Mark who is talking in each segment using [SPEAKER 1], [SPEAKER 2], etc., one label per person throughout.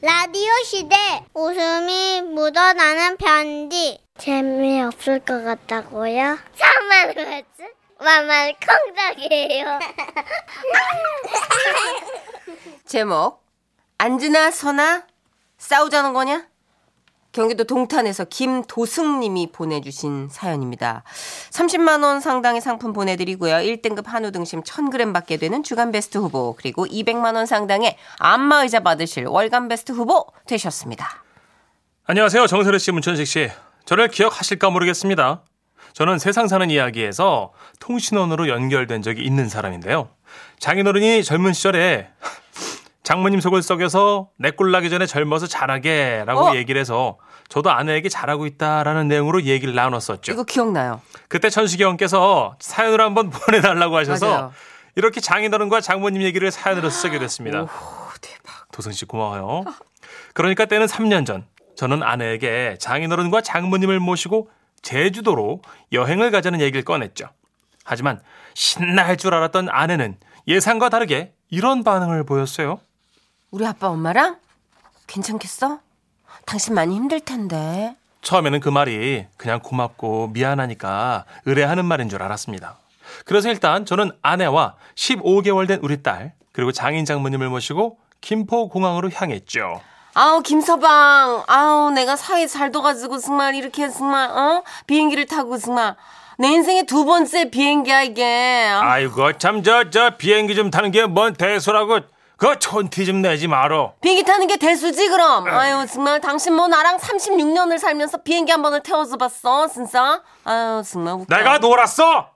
[SPEAKER 1] 라디오 시대 웃음이 묻어나는 편지 재미없을 것 같다고요? 참말로 했지? 만만 콩닥이에요
[SPEAKER 2] 제목 안즈나 서나 싸우자는 거냐? 경기도 동탄에서 김도승님이 보내주신 사연입니다. 30만 원 상당의 상품 보내드리고요. 1등급 한우 등심 1,000g 받게 되는 주간 베스트 후보 그리고 200만 원 상당의 안마의자 받으실 월간 베스트 후보 되셨습니다.
[SPEAKER 3] 안녕하세요. 정세르 씨, 문천식 씨. 저를 기억하실까 모르겠습니다. 저는 세상 사는 이야기에서 통신원으로 연결된 적이 있는 사람인데요. 장인어른이 젊은 시절에 장모님 속을 썩여서 내 꼴 나기 전에 젊어서 잘하게 라고
[SPEAKER 2] 어?
[SPEAKER 3] 얘기를 해서 저도 아내에게 잘하고 있다라는 내용으로 얘기를 나눴었죠.
[SPEAKER 2] 이거 기억나요?
[SPEAKER 3] 그때 천식이 형께서 사연으로 한번 보내달라고 하셔서
[SPEAKER 2] 맞아요.
[SPEAKER 3] 이렇게 장인어른과 장모님 얘기를 사연으로 쓰게 됐습니다.
[SPEAKER 2] 대박.
[SPEAKER 3] 도승 씨 고마워요. 그러니까 때는 3년 전 저는 아내에게 장인어른과 장모님을 모시고 제주도로 여행을 가자는 얘기를 꺼냈죠. 하지만 신나 할 줄 알았던 아내는 예상과 다르게 이런 반응을 보였어요.
[SPEAKER 2] 우리 아빠 엄마랑 괜찮겠어? 당신 많이 힘들 텐데.
[SPEAKER 3] 처음에는 그 말이 그냥 고맙고 미안하니까 의뢰하는 말인 줄 알았습니다. 그래서 일단 저는 아내와 15개월 된 우리 딸 그리고 장인 장모님을 모시고 김포공항으로 향했죠.
[SPEAKER 2] 아우 김서방 아우 내가 사회 잘 둬가지고 정말 이렇게 정말 어 비행기를 타고 정말 내 인생의 두 번째 비행기야 이게
[SPEAKER 3] 어?
[SPEAKER 2] 아,
[SPEAKER 3] 아이고 참 저 저 비행기 좀 타는 게 뭔 대수라고 그 촌티 좀 내지 마라.
[SPEAKER 2] 비행기 타는 게 대수지 그럼 아유 정말 당신 뭐 나랑 36년을 살면서 비행기 한 번을 태워서 봤어 진짜 아유 정말 웃겨
[SPEAKER 3] 내가 놀았어.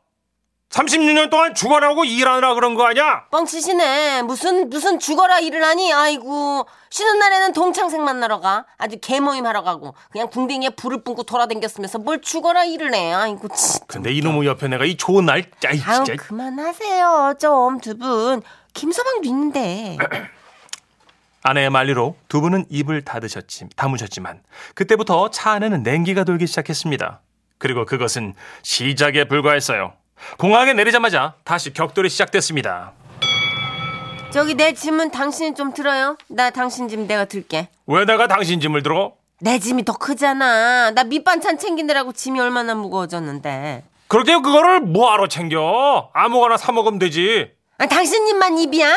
[SPEAKER 3] 36년 동안 죽어라고 일하느라 그런 거 아니야?
[SPEAKER 2] 뻥치시네 무슨 무슨 죽어라 일을 하니 아이고 쉬는 날에는 동창생 만나러 가 아주 개모임 하러 가고 그냥 궁뎅이에 불을 뿜고 돌아댕겼으면서 뭘 죽어라 일을 해 아이고 진
[SPEAKER 3] 근데 이놈의 옆에 내가 이 좋은 날, 아이
[SPEAKER 2] 아유
[SPEAKER 3] 진짜.
[SPEAKER 2] 그만하세요 좀 두 분 김서방도 있는데
[SPEAKER 3] 아내의 말리로 두 분은 입을 닫으셨지, 다무셨지만 그때부터 차 안에는 냉기가 돌기 시작했습니다. 그리고 그것은 시작에 불과했어요. 공항에 내리자마자 다시 격돌이 시작됐습니다.
[SPEAKER 2] 저기 내 짐은 당신이 좀 들어요 나 당신 짐 내가 들게
[SPEAKER 3] 왜 내가 당신 짐을 들어?
[SPEAKER 2] 내 짐이 더 크잖아 나 밑반찬 챙기느라고 짐이 얼마나 무거워졌는데
[SPEAKER 3] 그렇게 그거를 뭐하러 챙겨? 아무거나 사 먹으면 되지.
[SPEAKER 2] 아, 당신 입만 입이야?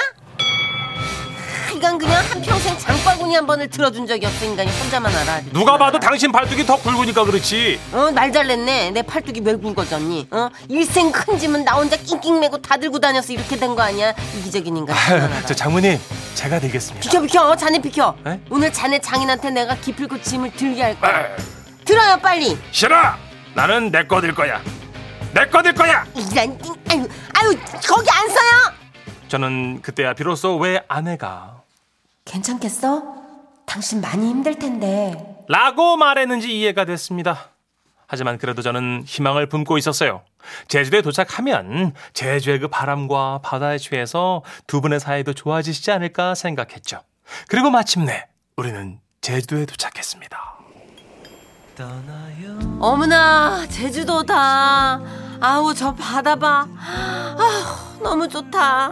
[SPEAKER 2] 아, 이건 그냥 한평생 장바구니 한 번을 들어준 적이 없어 인간이 혼자만 알아
[SPEAKER 3] 누가 봐도 당신 발톱이 더 굵으니까 그렇지.
[SPEAKER 2] 어, 날 잘냈네. 내 팔뚝이 왜 굵어졌니? 어? 일생 큰 짐은 나 혼자 낑낑 매고 다 들고 다녀서 이렇게 된 거 아니야? 이기적인 인간.
[SPEAKER 3] 저 장모님, 제가 되겠습니다.
[SPEAKER 2] 비켜 비켜 자네 비켜
[SPEAKER 3] 네?
[SPEAKER 2] 오늘 자네 장인한테 내가 기필코 짐을 들게 할 거야 들어요 빨리
[SPEAKER 3] 싫어. 나는 내 거 들 거야. 내 거 들 거야.
[SPEAKER 2] 이란 띵, 아유 아유 거기 안 서요
[SPEAKER 3] 저는 그때야 비로소 왜 아내가
[SPEAKER 2] 괜찮겠어 당신 많이 힘들 텐데
[SPEAKER 3] 라고 말했는지 이해가 됐습니다. 하지만 그래도 저는 희망을 품고 있었어요. 제주도에 도착하면 제주의 그 바람과 바다에 취해서 두 분의 사이도 좋아지시지 않을까 생각했죠. 그리고 마침내 우리는 제주도에 도착했습니다.
[SPEAKER 2] 어머나 제주도다 아우 저 바다 봐 아우 너무 좋다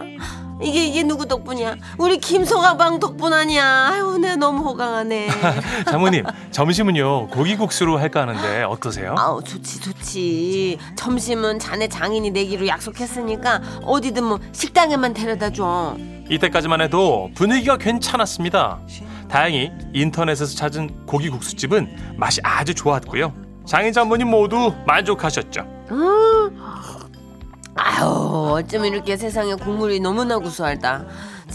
[SPEAKER 2] 이게 이게 누구 덕분이야 우리 김소가방 덕분 아니야 아유 내 너무 호강하네
[SPEAKER 3] 장모님, 점심은요 고기국수로 할까 하는데 어떠세요?
[SPEAKER 2] 아우 좋지 좋지 점심은 자네 장인이 내기로 약속했으니까 어디든 뭐 식당에만 데려다 줘
[SPEAKER 3] 이때까지만 해도 분위기가 괜찮았습니다. 다행히 인터넷에서 찾은 고기국수집은 맛이 아주 좋았고요. 장인 장모님 모두 만족하셨죠.
[SPEAKER 2] 아우 어쩜 이렇게 세상에 국물이 너무나 구수하다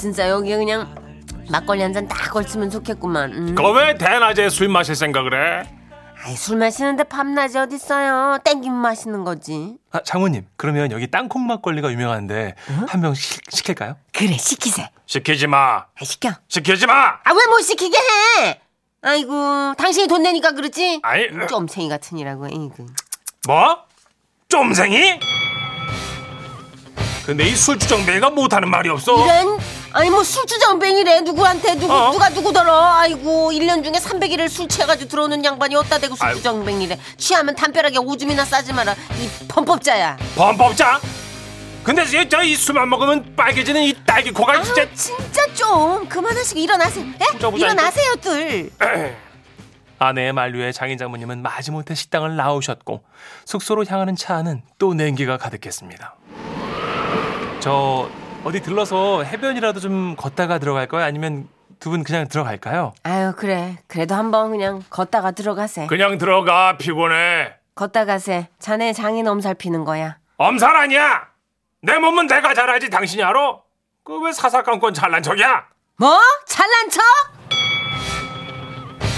[SPEAKER 2] 진짜 여기 그냥 막걸리 한 잔 딱 걸치면 좋겠구만 음.
[SPEAKER 3] 거왜 대낮에 술 마실 생각을 해?
[SPEAKER 2] 아이, 술 마시는데 밤낮이 어딨어요 땡기면 마시는 거지
[SPEAKER 3] 아, 장모님, 그러면 여기 땅콩 막걸리가 유명한데 한 병 시킬까요?
[SPEAKER 2] 그래 시키세 아,
[SPEAKER 3] 시키지 마.
[SPEAKER 2] 시켜
[SPEAKER 3] 시키지 마.
[SPEAKER 2] 아 왜 못 시키게 해 아이고 당신이 돈 내니까 그렇지
[SPEAKER 3] 아이,
[SPEAKER 2] 쫌생이 같은 이라고 이그
[SPEAKER 3] 뭐? 쫌생이? 근데 이 술주정뱅이가 못하는 말이 없어.
[SPEAKER 2] 이런 아니 뭐 술주정뱅이래 누구한테 누구
[SPEAKER 3] 어?
[SPEAKER 2] 누가 누구더러 아이고 1년 중에 300일을 술 취해가지고 들어오는 양반이 어디다 대고 술주정뱅이래 취하면 담벼락에 오줌이나 싸지 마라 이 범법자야
[SPEAKER 3] 범법자? 근데 진짜 이 술만 먹으면 빨개지는 이 딸기 코가
[SPEAKER 2] 아,
[SPEAKER 3] 진짜
[SPEAKER 2] 진짜 좀 그만하시고 일어나세요. 예?
[SPEAKER 3] 보자, 보자,
[SPEAKER 2] 일어나세요, 둘.
[SPEAKER 3] 아내의 만류에 장인 장모님은 마지못해 식당을 나오셨고 숙소로 향하는 차 안은 또 냉기가 가득했습니다. 저 어디 들러서 해변이라도 좀 걷다가 들어갈까요? 아니면 두 분 그냥 들어갈까요?
[SPEAKER 2] 아유, 그래. 그래도 한번 그냥 걷다가 들어가세.
[SPEAKER 3] 그냥 들어가 피곤해.
[SPEAKER 2] 걷다 가세. 자네 장인 엄살피는 거야.
[SPEAKER 3] 엄살 아니야. 내 몸은 내가 잘 알지 당신이 알아? 그 왜 사사건건 잘난 척이야?
[SPEAKER 2] 뭐? 잘난 척?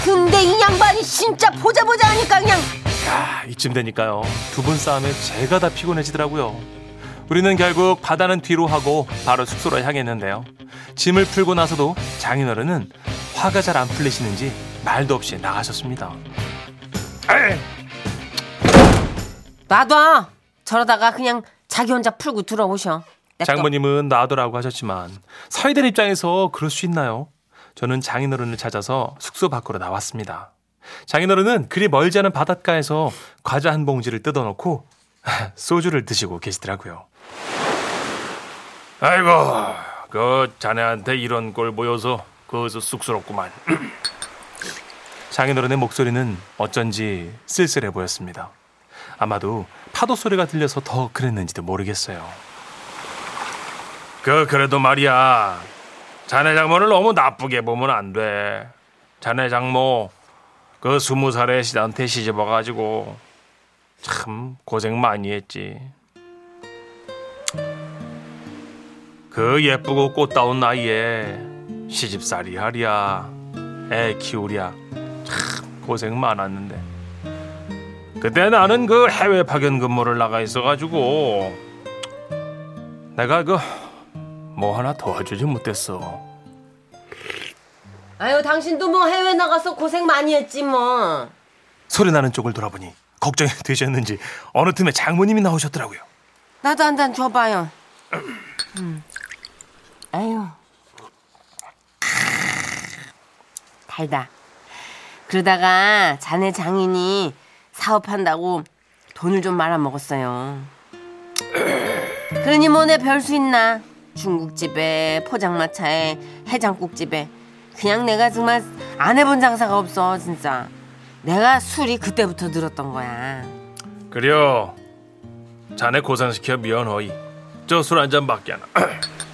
[SPEAKER 2] 근데 이 양반이 진짜 보자 보자 하니까 그냥
[SPEAKER 3] 야, 이쯤 되니까요. 두 분 싸움에 제가 다 피곤해지더라고요. 우리는 결국 바다는 뒤로 하고 바로 숙소로 향했는데요. 짐을 풀고 나서도 장인어른은 화가 잘 안 풀리시는지 말도 없이 나가셨습니다. 에이,
[SPEAKER 2] 놔둬. 저러다가 그냥 자기 혼자 풀고 들어오셔. 냅둬.
[SPEAKER 3] 장모님은 놔두라고 하셨지만 사위된 입장에서 그럴 수 있나요? 저는 장인어른을 찾아서 숙소 밖으로 나왔습니다. 장인어른은 그리 멀지 않은 바닷가에서 과자 한 봉지를 뜯어놓고 소주를 드시고 계시더라고요. 아이고, 그 자네한테 이런 꼴 보여서 그저 쑥스럽구만. 장인어른의 목소리는 어쩐지 쓸쓸해 보였습니다. 아마도 파도 소리가 들려서 더 그랬는지도 모르겠어요. 그 그래도 말이야 자네 장모를 너무 나쁘게 보면 안 돼 자네 장모 그 스무 살에 시한테 시집 와가지고 참 고생 많이 했지 그 예쁘고 꽃다운 나이에 시집살이 하랴 애 키우랴 참 고생 많았는데 그때 나는 그 해외 파견 근무를 나가 있어가지고 내가 그 뭐 하나 도와주지 못했어.
[SPEAKER 2] 아유, 당신도 뭐 해외 나가서 고생 많이 했지 뭐.
[SPEAKER 3] 소리 나는 쪽을 돌아보니 걱정이 되셨는지 어느 틈에 장모님이 나오셨더라고요.
[SPEAKER 2] 나도 한 잔 줘봐요. 음. 아유. 달다. 그러다가 자네 장인이 사업한다고 돈을 좀 말아먹었어요. 그러니 뭐내 별 수 있나? 중국집에 포장마차에 해장국집에 그냥 내가 정말 안 해본 장사가 없어 진짜. 내가 술이 그때부터 늘었던 거야.
[SPEAKER 3] 그려 자네 고생시켜 미안허이. 저 술 한 잔밖에 안. 하-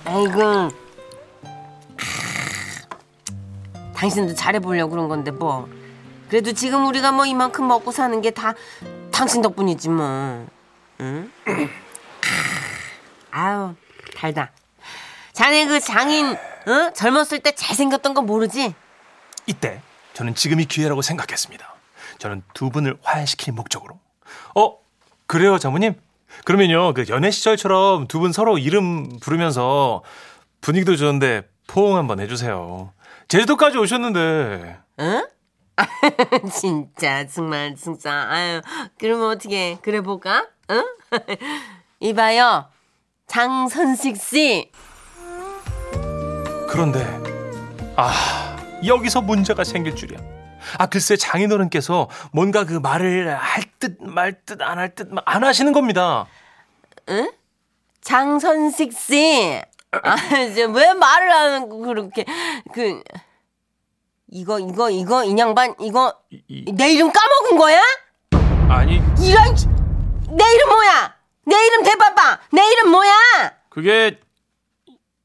[SPEAKER 2] 아이고 아, 당신도 잘해보려고 그런 건데 뭐 그래도 지금 우리가 뭐 이만큼 먹고 사는 게 다 당신 덕분이지 뭐 응? 아유 달다 자네 그 장인 어? 젊었을 때 잘생겼던 거 모르지?
[SPEAKER 3] 이때 저는 지금이 기회라고 생각했습니다. 저는 두 분을 화해시킬 목적으로. 어 그래요 장모님? 그러면요 그 연애 시절처럼 두 분 서로 이름 부르면서 분위기도 좋은데 포옹 한번 해주세요. 제주도까지 오셨는데
[SPEAKER 2] 응? 진짜 정말 진짜 아유 그러면 어떻게 그래 볼까? 응? 이봐요 장선식 씨
[SPEAKER 3] 그런데 아 여기서 문제가 생길 줄이야. 아 글쎄 장인어른께서 뭔가 그 말을 할 듯 말 듯 안 할 듯 안 하시는 겁니다.
[SPEAKER 2] 장선식 씨. 아, 이제 왜 말을 하는 거 그렇게 그 이거 이거 이거 인양반 이거
[SPEAKER 3] 이- 이-
[SPEAKER 2] 내 이름 까먹은 거야?
[SPEAKER 3] 아니
[SPEAKER 2] 이런 씨- 내 이름 뭐야? 내 이름 대빠빠. 내 이름 뭐야?
[SPEAKER 3] 그게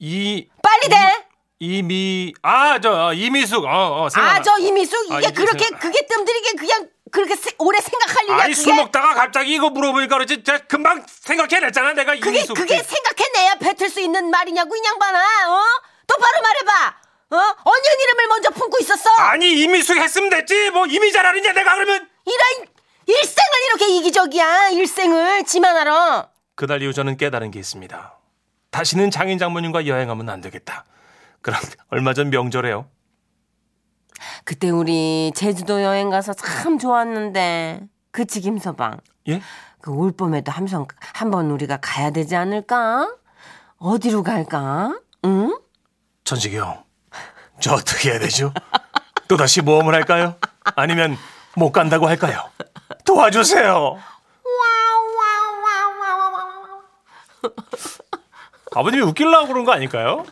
[SPEAKER 3] 이
[SPEAKER 2] 빨리 대.
[SPEAKER 3] 이미 아 저 이미숙 어어 생각나.
[SPEAKER 2] 아 저 이미숙
[SPEAKER 3] 아,
[SPEAKER 2] 이게
[SPEAKER 3] 이제
[SPEAKER 2] 그렇게
[SPEAKER 3] 생각-
[SPEAKER 2] 그게 뜸들이게 그냥 그렇게 세- 오래 생각할 일이야
[SPEAKER 3] 아니
[SPEAKER 2] 그게
[SPEAKER 3] 술 먹다가 갑자기 이거 물어보니까 그렇지 제가 금방 생각해냈잖아 내가
[SPEAKER 2] 그게
[SPEAKER 3] 이미숙
[SPEAKER 2] 그게 생각해내야 뱉을 수 있는 말이냐고 인양반아 어 똑바로 말해봐 어 언니는 이름을 먼저 품고 있었어
[SPEAKER 3] 아니 이미숙 했으면 됐지 뭐 이미 잘 아느냐 내가 그러면
[SPEAKER 2] 이런 일생을 이렇게 이기적이야 일생을 지만 알아
[SPEAKER 3] 그날 이후 저는 깨달은 게 있습니다. 다시는 장인 장모님과 여행하면 안 되겠다. 그럼 얼마 전 명절에요.
[SPEAKER 2] 그때 우리 제주도 여행 가서 참 좋았는데 그치 김서방
[SPEAKER 3] 예?
[SPEAKER 2] 그 올 봄에도 함성 한번 우리가 가야 되지 않을까 어디로 갈까 응
[SPEAKER 3] 전식이 형, 저 어떻게 해야 되죠? 또 다시 모험을 할까요? 아니면 못 간다고 할까요? 도와주세요. 아버님이 웃기려고 그런 거 아닐까요?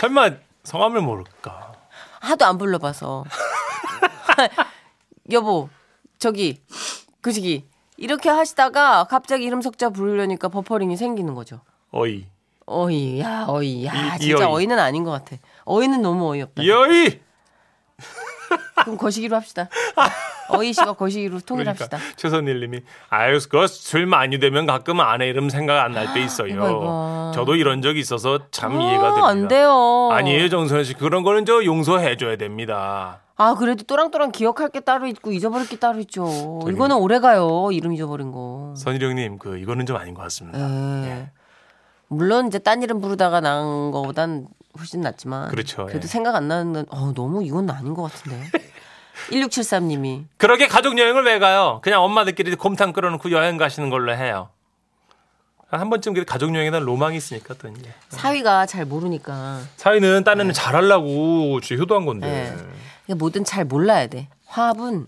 [SPEAKER 3] 설마 성함을 모를까?
[SPEAKER 2] 하도 안 불러봐서. 여보, 저기, 그 시기. 이렇게 하시다가 갑자기 이름 석자 부르려니까 버퍼링이 생기는 거죠.
[SPEAKER 3] 어이.
[SPEAKER 2] 어이, 야, 어이, 야,
[SPEAKER 3] 이- 이
[SPEAKER 2] 진짜
[SPEAKER 3] 어이.
[SPEAKER 2] 어이. 는 아닌 것 같아. 어이는 너무 어이없다.
[SPEAKER 3] 여이!
[SPEAKER 2] 그럼 거시기로 합시다. 어이 씨가 거시기로
[SPEAKER 3] 그러니까
[SPEAKER 2] 통일합시다.
[SPEAKER 3] 최선일 님이 아유 그술 많이 되면 가끔 아내 이름 생각 안 날 때 있어요.
[SPEAKER 2] 아이고, 아이고.
[SPEAKER 3] 저도 이런 적이 있어서 참
[SPEAKER 2] 아,
[SPEAKER 3] 음, 이해가 됩니다.
[SPEAKER 2] 안 돼요.
[SPEAKER 3] 아니에요 정선 씨 그런 거는 저 용서해 줘야 됩니다.
[SPEAKER 2] 아, 그래도 또랑또랑 기억할 게 따로 있고 잊어버릴 게 따로 있죠. 이거는 오래 가요. 이름 잊어버린 거.
[SPEAKER 3] 선일형님 그 이거는 좀 아닌 것 같습니다.
[SPEAKER 2] 예.
[SPEAKER 3] 예.
[SPEAKER 2] 물론 이제 딴 이름 부르다가 나은 거보단 훨씬 낫지만
[SPEAKER 3] 그렇죠,
[SPEAKER 2] 그래도
[SPEAKER 3] 예.
[SPEAKER 2] 생각 안 나는 건 어, 너무 이건 아닌 것 같은데. 1673님이
[SPEAKER 3] 그렇게 가족 여행을 왜 가요? 그냥 엄마들끼리 곰탕 끓여놓고 여행 가시는 걸로 해요. 한 번쯤 그 가족 여행에 대한 로망이 있으니까 또 이제
[SPEAKER 2] 사위가 잘 모르니까
[SPEAKER 3] 사위는
[SPEAKER 2] 네.
[SPEAKER 3] 딴에는 잘하려고 지 효도한
[SPEAKER 2] 예.
[SPEAKER 3] 건데.
[SPEAKER 2] 이게 뭐든 잘 몰라야 돼. 화합은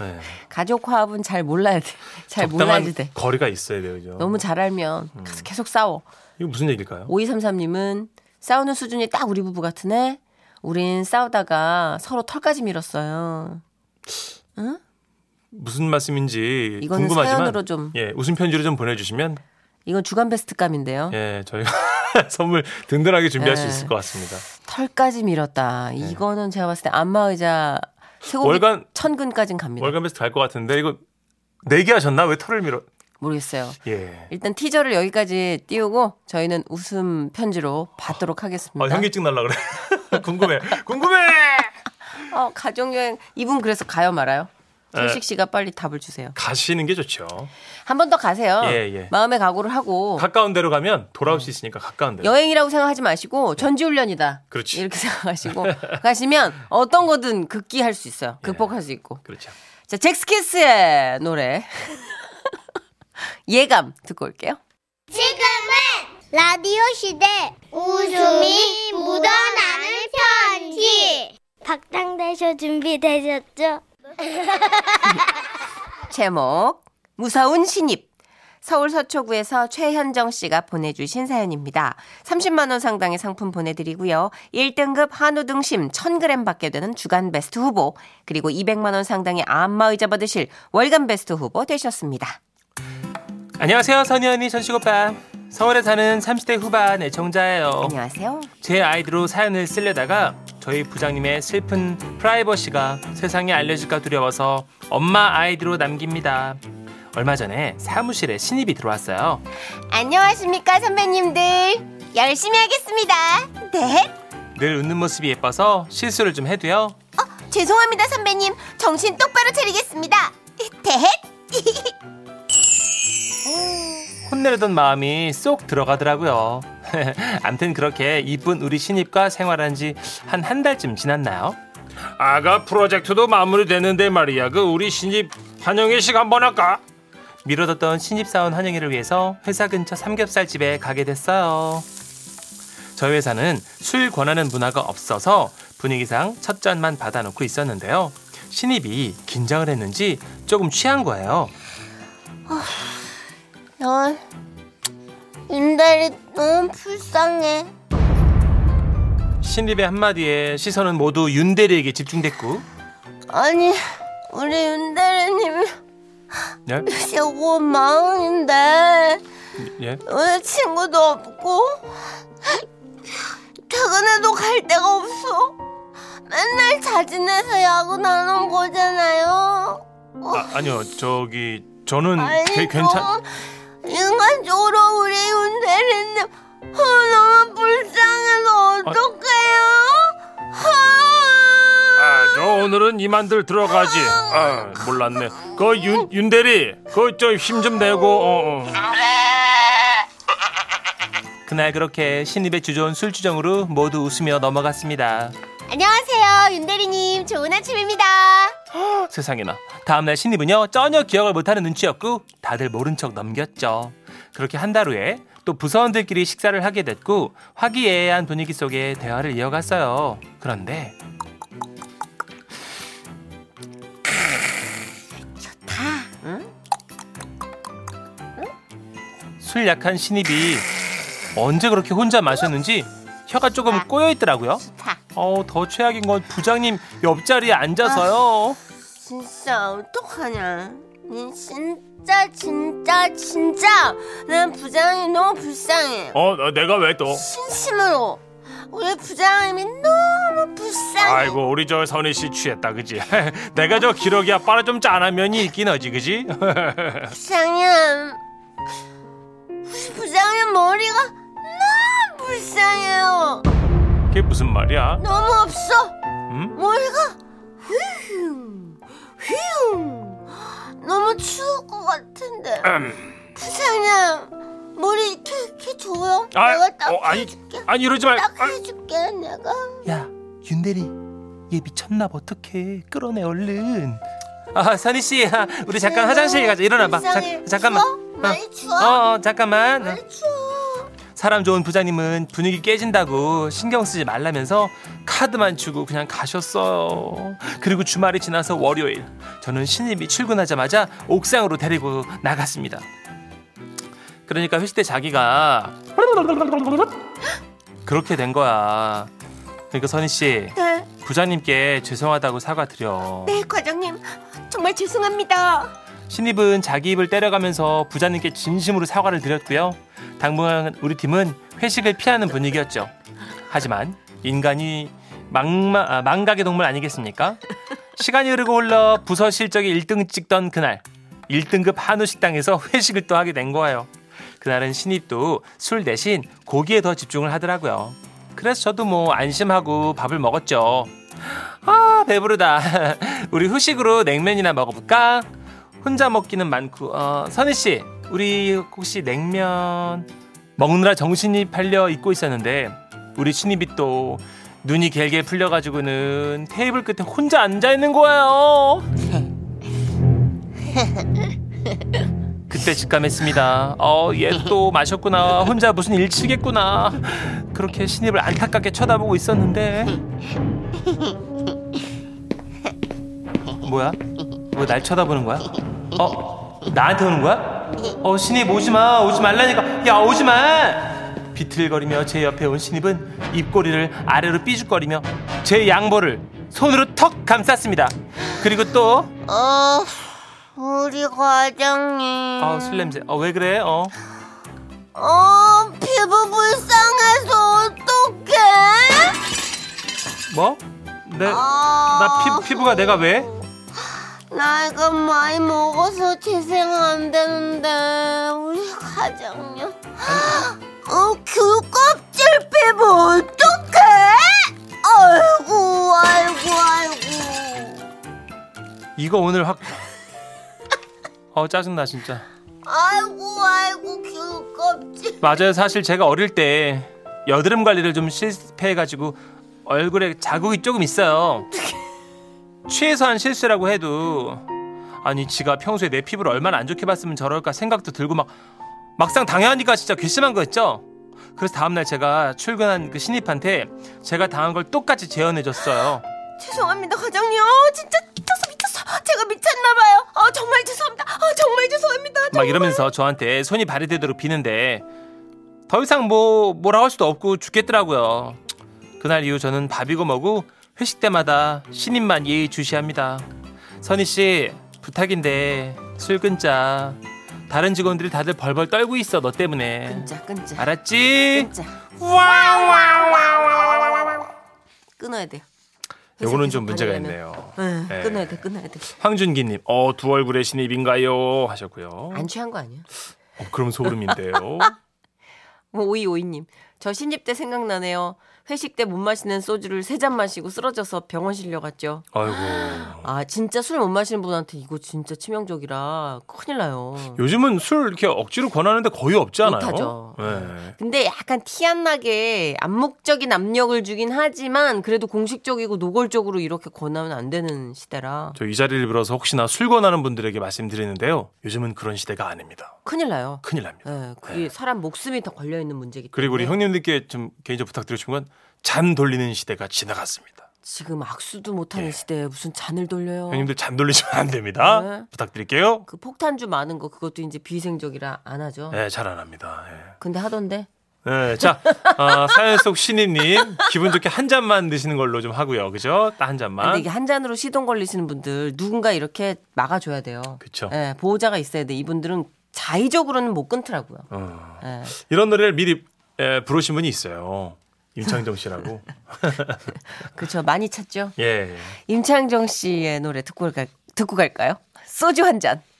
[SPEAKER 3] 예.
[SPEAKER 2] 가족 화합은 잘 몰라야 돼. 잘
[SPEAKER 3] 적당한
[SPEAKER 2] 몰라야 돼.
[SPEAKER 3] 거리가 있어야 돼요. 그죠?
[SPEAKER 2] 너무 잘 알면
[SPEAKER 3] 음.
[SPEAKER 2] 계속, 계속 싸워.
[SPEAKER 3] 이거 무슨 얘기일까요?
[SPEAKER 2] 5233님은 싸우는 수준이 딱 우리 부부 같으네. 우린 싸우다가 서로 털까지 밀었어요.
[SPEAKER 3] 무슨 말씀인지
[SPEAKER 2] 이거는
[SPEAKER 3] 궁금하지만
[SPEAKER 2] 사연으로 좀-
[SPEAKER 3] 예, 웃음 편지로 좀 보내주시면
[SPEAKER 2] 이건 주간 베스트감인데요.
[SPEAKER 3] 예, 저희가 선물 든든하게 준비할 수
[SPEAKER 2] 예.
[SPEAKER 3] 있을 것 같습니다.
[SPEAKER 2] 털까지 밀었다. 이거는 제가 봤을 때 안마의자 쇠고기
[SPEAKER 3] 예. 월간-
[SPEAKER 2] 천근까진 갑니다.
[SPEAKER 3] 월간 베스트 갈 것 같은데 이거 네 개 하셨나? 왜 털을 밀어?
[SPEAKER 2] 모르겠어요.
[SPEAKER 3] 예.
[SPEAKER 2] 일단 티저를 여기까지 띄우고 저희는 웃음 편지로 받도록 하겠습니다.
[SPEAKER 3] 아, 현기증 날라 그래. 궁금해. 궁금해.
[SPEAKER 2] 어, 가족여행 이분 그래서 가요 말아요.
[SPEAKER 3] 예.
[SPEAKER 2] 솔식 씨가 빨리 답을 주세요.
[SPEAKER 3] 가시는 게 좋죠.
[SPEAKER 2] 한 번 더 가세요.
[SPEAKER 3] 예, 예.
[SPEAKER 2] 마음의 각오를 하고
[SPEAKER 3] 가까운 데로 가면 돌아올 수 있으니까 가까운 데로.
[SPEAKER 2] 여행이라고 생각하지 마시고 전지훈련이다.
[SPEAKER 3] 네. 그렇지.
[SPEAKER 2] 이렇게 생각하시고 가시면 어떤 거든 극기할 수
[SPEAKER 3] 네.
[SPEAKER 2] 있어요. 극복할 수 있고.
[SPEAKER 3] 그렇죠.
[SPEAKER 2] 자, 잭스키스의 노래 예감 듣고 올게요.
[SPEAKER 1] 지금은 라디오 시대 웃음이 묻어나는 편지 박장대쇼 준비되셨죠?
[SPEAKER 2] 제목 무서운 신입 서울 서초구에서 최현정 씨가 보내주신 사연입니다. 30만 원 상당의 상품 보내드리고요. 1등급 한우 등심 1000g 받게 되는 주간 베스트 후보 그리고 200만 원 상당의 안마의자 받으실 월간 베스트 후보 되셨습니다.
[SPEAKER 3] 안녕하세요. 선희 언니 전식 오빠. 서울에 사는 30대 후반 애청자예요.
[SPEAKER 2] 안녕하세요.
[SPEAKER 3] 제 아이디로 사연을 쓰려다가 저희 부장님의 슬픈 프라이버시가 세상에 알려질까 두려워서 엄마 아이디로 남깁니다. 얼마 전에 사무실에 신입이 들어왔어요.
[SPEAKER 2] 안녕하십니까 선배님들 열심히 하겠습니다. 네.
[SPEAKER 3] 늘 웃는 모습이 예뻐서 실수를 좀 해도요.
[SPEAKER 2] 어, 죄송합니다 선배님 정신 똑바로 차리겠습니다 네. 대헷
[SPEAKER 3] 혼내려던 마음이 쏙 들어가더라고요. 암튼 그렇게 이쁜 우리 신입과 생활한 지 한 한 달쯤 지났나요? 아가 프로젝트도 마무리됐는데 말이야. 그 우리 신입 환영회식 한번 할까? 미뤄뒀던 신입사원 환영회를 위해서 회사 근처 삼겹살집에 가게 됐어요. 저희 회사는 술 권하는 문화가 없어서 분위기상 첫 잔만 받아놓고 있었는데요. 신입이 긴장을 했는지 조금 취한 거예요.
[SPEAKER 2] 어,
[SPEAKER 1] 넌 윤달이 너무 불쌍해
[SPEAKER 3] 신입의 한마디에 시선은 모두 윤 대리에게 집중됐고
[SPEAKER 2] 아니 우리 윤대리님
[SPEAKER 3] 예?
[SPEAKER 2] 이제 곧 마흔인데
[SPEAKER 3] 예?
[SPEAKER 2] 여자친구도 없고 퇴근해도 갈 데가 없어 맨날 자진해서 야근하는 거잖아요
[SPEAKER 3] 아, 아니요 저기 저는
[SPEAKER 2] 아니
[SPEAKER 3] 괜- 괜찮
[SPEAKER 2] 너무 인간적으로 우리 윤대리님 어,
[SPEAKER 1] 아,
[SPEAKER 2] 너무 불쌍해서
[SPEAKER 3] 아.
[SPEAKER 2] 어떡해요 아.
[SPEAKER 3] 아저 오늘은 이만들 들어가지 아 몰랐네 그 윤 윤대리 그 저 힘 좀 내고 어, 어. 그날 그렇게 신입의 주저운 술주정으로 모두 웃으며 넘어갔습니다
[SPEAKER 1] 안녕하세요 윤대리님 좋은 아침입니다
[SPEAKER 3] 세상에나 다음날 신입은요 전혀 기억을 못하는 눈치였고 다들 모른 척 넘겼죠 그렇게 한 달 후에 또 부서원들끼리 식사를 하게 됐고 화기애애한 분위기 속에 대화를 이어갔어요 그런데 좋다 술 약한 신입이
[SPEAKER 4] 언제 그렇게 혼자 마셨는지 혀가 조금 꼬여 있더라고요.
[SPEAKER 2] 좋다.
[SPEAKER 4] 어우, 더 최악인 건 부장님 옆자리에 앉아서요.
[SPEAKER 2] 진짜 어떡하냐.
[SPEAKER 1] 음, 진짜 진짜 진짜 난 부장님 너무 불쌍해.
[SPEAKER 4] 어, 나- 내가 왜 또?
[SPEAKER 1] 진심으로 우리 부장님이 너무 불쌍해.
[SPEAKER 4] 아이고, 우리 저 선희 씨 취했다, 그지? 내가 저 기러기야 빨아 좀 짠한 면이 있긴 하지, 그지?
[SPEAKER 1] 부장님 우리 부장님 머리가 너무 불쌍해요.
[SPEAKER 4] 그게 무슨 말이야?
[SPEAKER 1] 너무 없어.
[SPEAKER 4] 응?
[SPEAKER 1] 머리가 휘웅 휘웅 너무 추울 것 같은데.
[SPEAKER 4] 음.
[SPEAKER 1] 부장님 머리 이렇게 이렇게 줘요.
[SPEAKER 4] 아,
[SPEAKER 1] 내가 딱
[SPEAKER 4] 어, 아니,
[SPEAKER 1] 해줄게.
[SPEAKER 4] 아니 이러지 말.
[SPEAKER 1] 딱
[SPEAKER 4] 아,
[SPEAKER 1] 해줄게 내가.
[SPEAKER 4] 야 윤대리 얘 미쳤나 봐 어떡해 끌어내 얼른 아 선희 씨 아, 우리 잠깐 화장실 가자 일어나봐 자,
[SPEAKER 1] 불쌍해.
[SPEAKER 4] 잠깐만
[SPEAKER 1] 추워? 많이 추워?
[SPEAKER 4] 어, 어 잠깐만 어,
[SPEAKER 1] 많이 추워.
[SPEAKER 4] 사람 좋은 부장님은 분위기 깨진다고 신경 쓰지 말라면서 카드만 주고 그냥 가셨어요 그리고 주말이 지나서 월요일 저는 신입이 출근하자마자 옥상으로 데리고 나갔습니다 그러니까 회식 때 자기가 그렇게 된 거야 그러니까 선희 씨
[SPEAKER 2] 네,
[SPEAKER 4] 부장님께 죄송하다고 사과드려.
[SPEAKER 2] 네, 과장님. 정말 죄송합니다.
[SPEAKER 4] 신입은 자기 입을 때려가면서 부장님께 진심으로 사과를 드렸고요. 당분간 우리 팀은 회식을 피하는 분위기였죠. 하지만 인간이 망마, 아, 망각의 동물 아니겠습니까? 시간이 흐르고 흘러 부서 실적이 1등 찍던 그날 1등급 한우 식당에서 회식을 또 하게 된 거예요. 그날은 신입도 술 대신 고기에 더 집중을 하더라고요. 그래서 저도 뭐 안심하고 밥을 먹었죠. 아 배부르다. 우리 후식으로 냉면이나 먹어볼까? 혼자 먹기는 많고 어, 선희 씨 우리 혹시 냉면 먹느라 정신이 팔려 잊고 있었는데 우리 신입이 또 눈이 길게 풀려가지고는 테이블 끝에 혼자 앉아 있는 거예요. 그때 직감했습니다. 어, 얘 또 마셨구나. 혼자 무슨 일치겠구나. 그렇게 신입을 안타깝게 쳐다보고 있었는데. 뭐야? 왜 날 쳐다보는 거야? 어, 나한테 오는 거야? 어, 신입 오지 마. 오지 말라니까. 야, 오지 마. 비틀거리며 제 옆에 온 신입은 입꼬리를 아래로 삐죽거리며 제 양보를 손으로 턱 감쌌습니다. 그리고 또
[SPEAKER 1] 어 우리 과장님.
[SPEAKER 4] 아, 술 냄새. 어, 왜 그래? 어.
[SPEAKER 1] 어 피부 불쌍해서 어떡해?
[SPEAKER 4] 뭐? 내,
[SPEAKER 1] 아.
[SPEAKER 4] 나 피, 피부가 내가 왜?
[SPEAKER 1] 나이가 많이 먹어서 재생 안 되는데 우리 과장님. 어 귤껍질 피부 어떡해? 아이고 아이고 아이고.
[SPEAKER 4] 이거 오늘 확. 어, 짜증나, 진짜.
[SPEAKER 1] 아이고 아이고 귤 껍질
[SPEAKER 4] 맞아요. 사실 제가 어릴 때 여드름 관리를 좀 실패해가지고 얼굴에 자국이 조금 있어요. 취해서 한 실수라고 해도 아니 지가 평소에 내 피부를 얼마나 안 좋게 봤으면 저럴까 생각도 들고 막 막상 당해하니까 진짜 괘씸한 거였죠. 그래서 다음날 제가 출근한 그 신입한테 제가 당한 걸 똑같이 재현해줬어요.
[SPEAKER 2] 죄송합니다, 과장님. 어, 진짜 미쳤어, 미쳤어. 제가 미쳤나봐요. 어, 정말 죄송합니다. 어, 정말 죄송합니다.
[SPEAKER 4] 막 이러면서 저한테 손이 발이 되도록 비는데 더 이상 뭐 뭐라 할 수도 없고 죽겠더라고요. 그날 이후 저는 밥이고 뭐고 회식 때마다 신입만 예의 주시합니다. 선희 씨 부탁인데 술 끊자. 다른 직원들이 다들 벌벌 떨고 있어 너 때문에.
[SPEAKER 2] 끊자, 끊자,
[SPEAKER 4] 알았지?
[SPEAKER 2] 끊자. 끊어야 돼요.
[SPEAKER 4] 요거는 좀 문제가
[SPEAKER 2] 아니면은-
[SPEAKER 4] 있네요.
[SPEAKER 2] 응,
[SPEAKER 4] 네.
[SPEAKER 2] 끊어야 돼, 끊어야 돼.
[SPEAKER 4] 황준기님, 어 두 얼굴의 신입인가요? 하셨고요.
[SPEAKER 2] 안 취한 거 아니야?
[SPEAKER 4] 어, 그럼 소름인데요.
[SPEAKER 2] 뭐 오이오이님 저 신입 때 생각나네요. 회식 때 못 마시는 소주를 세 잔 마시고 쓰러져서 병원 실려갔죠.
[SPEAKER 4] 아이고.
[SPEAKER 2] 아 진짜 술 못 마시는 분한테 이거 진짜 치명적이라 큰일 나요.
[SPEAKER 4] 요즘은 술 이렇게 억지로 권하는데 거의 없지 않아요?
[SPEAKER 2] 못하죠.
[SPEAKER 4] 네.
[SPEAKER 2] 근데 약간 티 안 나게 암묵적인 압력을 주긴 하지만 그래도 공식적이고 노골적으로 이렇게 권하면 안 되는 시대라
[SPEAKER 4] 저 이 자리를 빌어서 혹시나 술 권하는 분들에게 말씀드리는데요. 요즘은 그런 시대가 아닙니다.
[SPEAKER 2] 큰일 나요.
[SPEAKER 4] 큰일 납니다.
[SPEAKER 2] 예, 그게 사람 목숨이 더 걸려 있는 문제기 때문에
[SPEAKER 4] 네. 그리고 우리 형님들께 좀 개인적으로 부탁드리고 싶은 건 잔 돌리는 시대가 지나갔습니다.
[SPEAKER 2] 지금 악수도 못하는
[SPEAKER 4] 예.
[SPEAKER 2] 시대에 무슨 잔을 돌려요.
[SPEAKER 4] 형님들 잔 돌리시면 안 됩니다.
[SPEAKER 2] 네.
[SPEAKER 4] 부탁드릴게요.
[SPEAKER 2] 그 폭탄주 많은 거 그것도 이제 비생적이라 안 하죠.
[SPEAKER 4] 네, 잘 안 합니다. 예.
[SPEAKER 2] 근데 하던데
[SPEAKER 3] 네, 자, 어, 사연 속 신입님 기분 좋게 한 잔만 드시는 걸로 좀 하고요. 그죠? 딱 한
[SPEAKER 2] 근데
[SPEAKER 4] 아?
[SPEAKER 3] 잔만.
[SPEAKER 2] 이게 한 잔으로 시동 걸리시는 분들 누군가 이렇게 막아줘야 돼요.
[SPEAKER 3] 그쵸.
[SPEAKER 2] 예, 보호자가 있어야 돼. 이분들은 자의적으로는 못 끊더라고요.
[SPEAKER 3] 어,
[SPEAKER 2] 예.
[SPEAKER 3] 이런 노래를 미리 에, 부르신 분이 있어요. 임창정 씨라고.
[SPEAKER 4] 아.
[SPEAKER 2] 그렇죠. 많이 찾죠.
[SPEAKER 3] 예.
[SPEAKER 2] 임창정 씨의 노래 듣고, 갈, 듣고 갈까요? 소주 한 잔.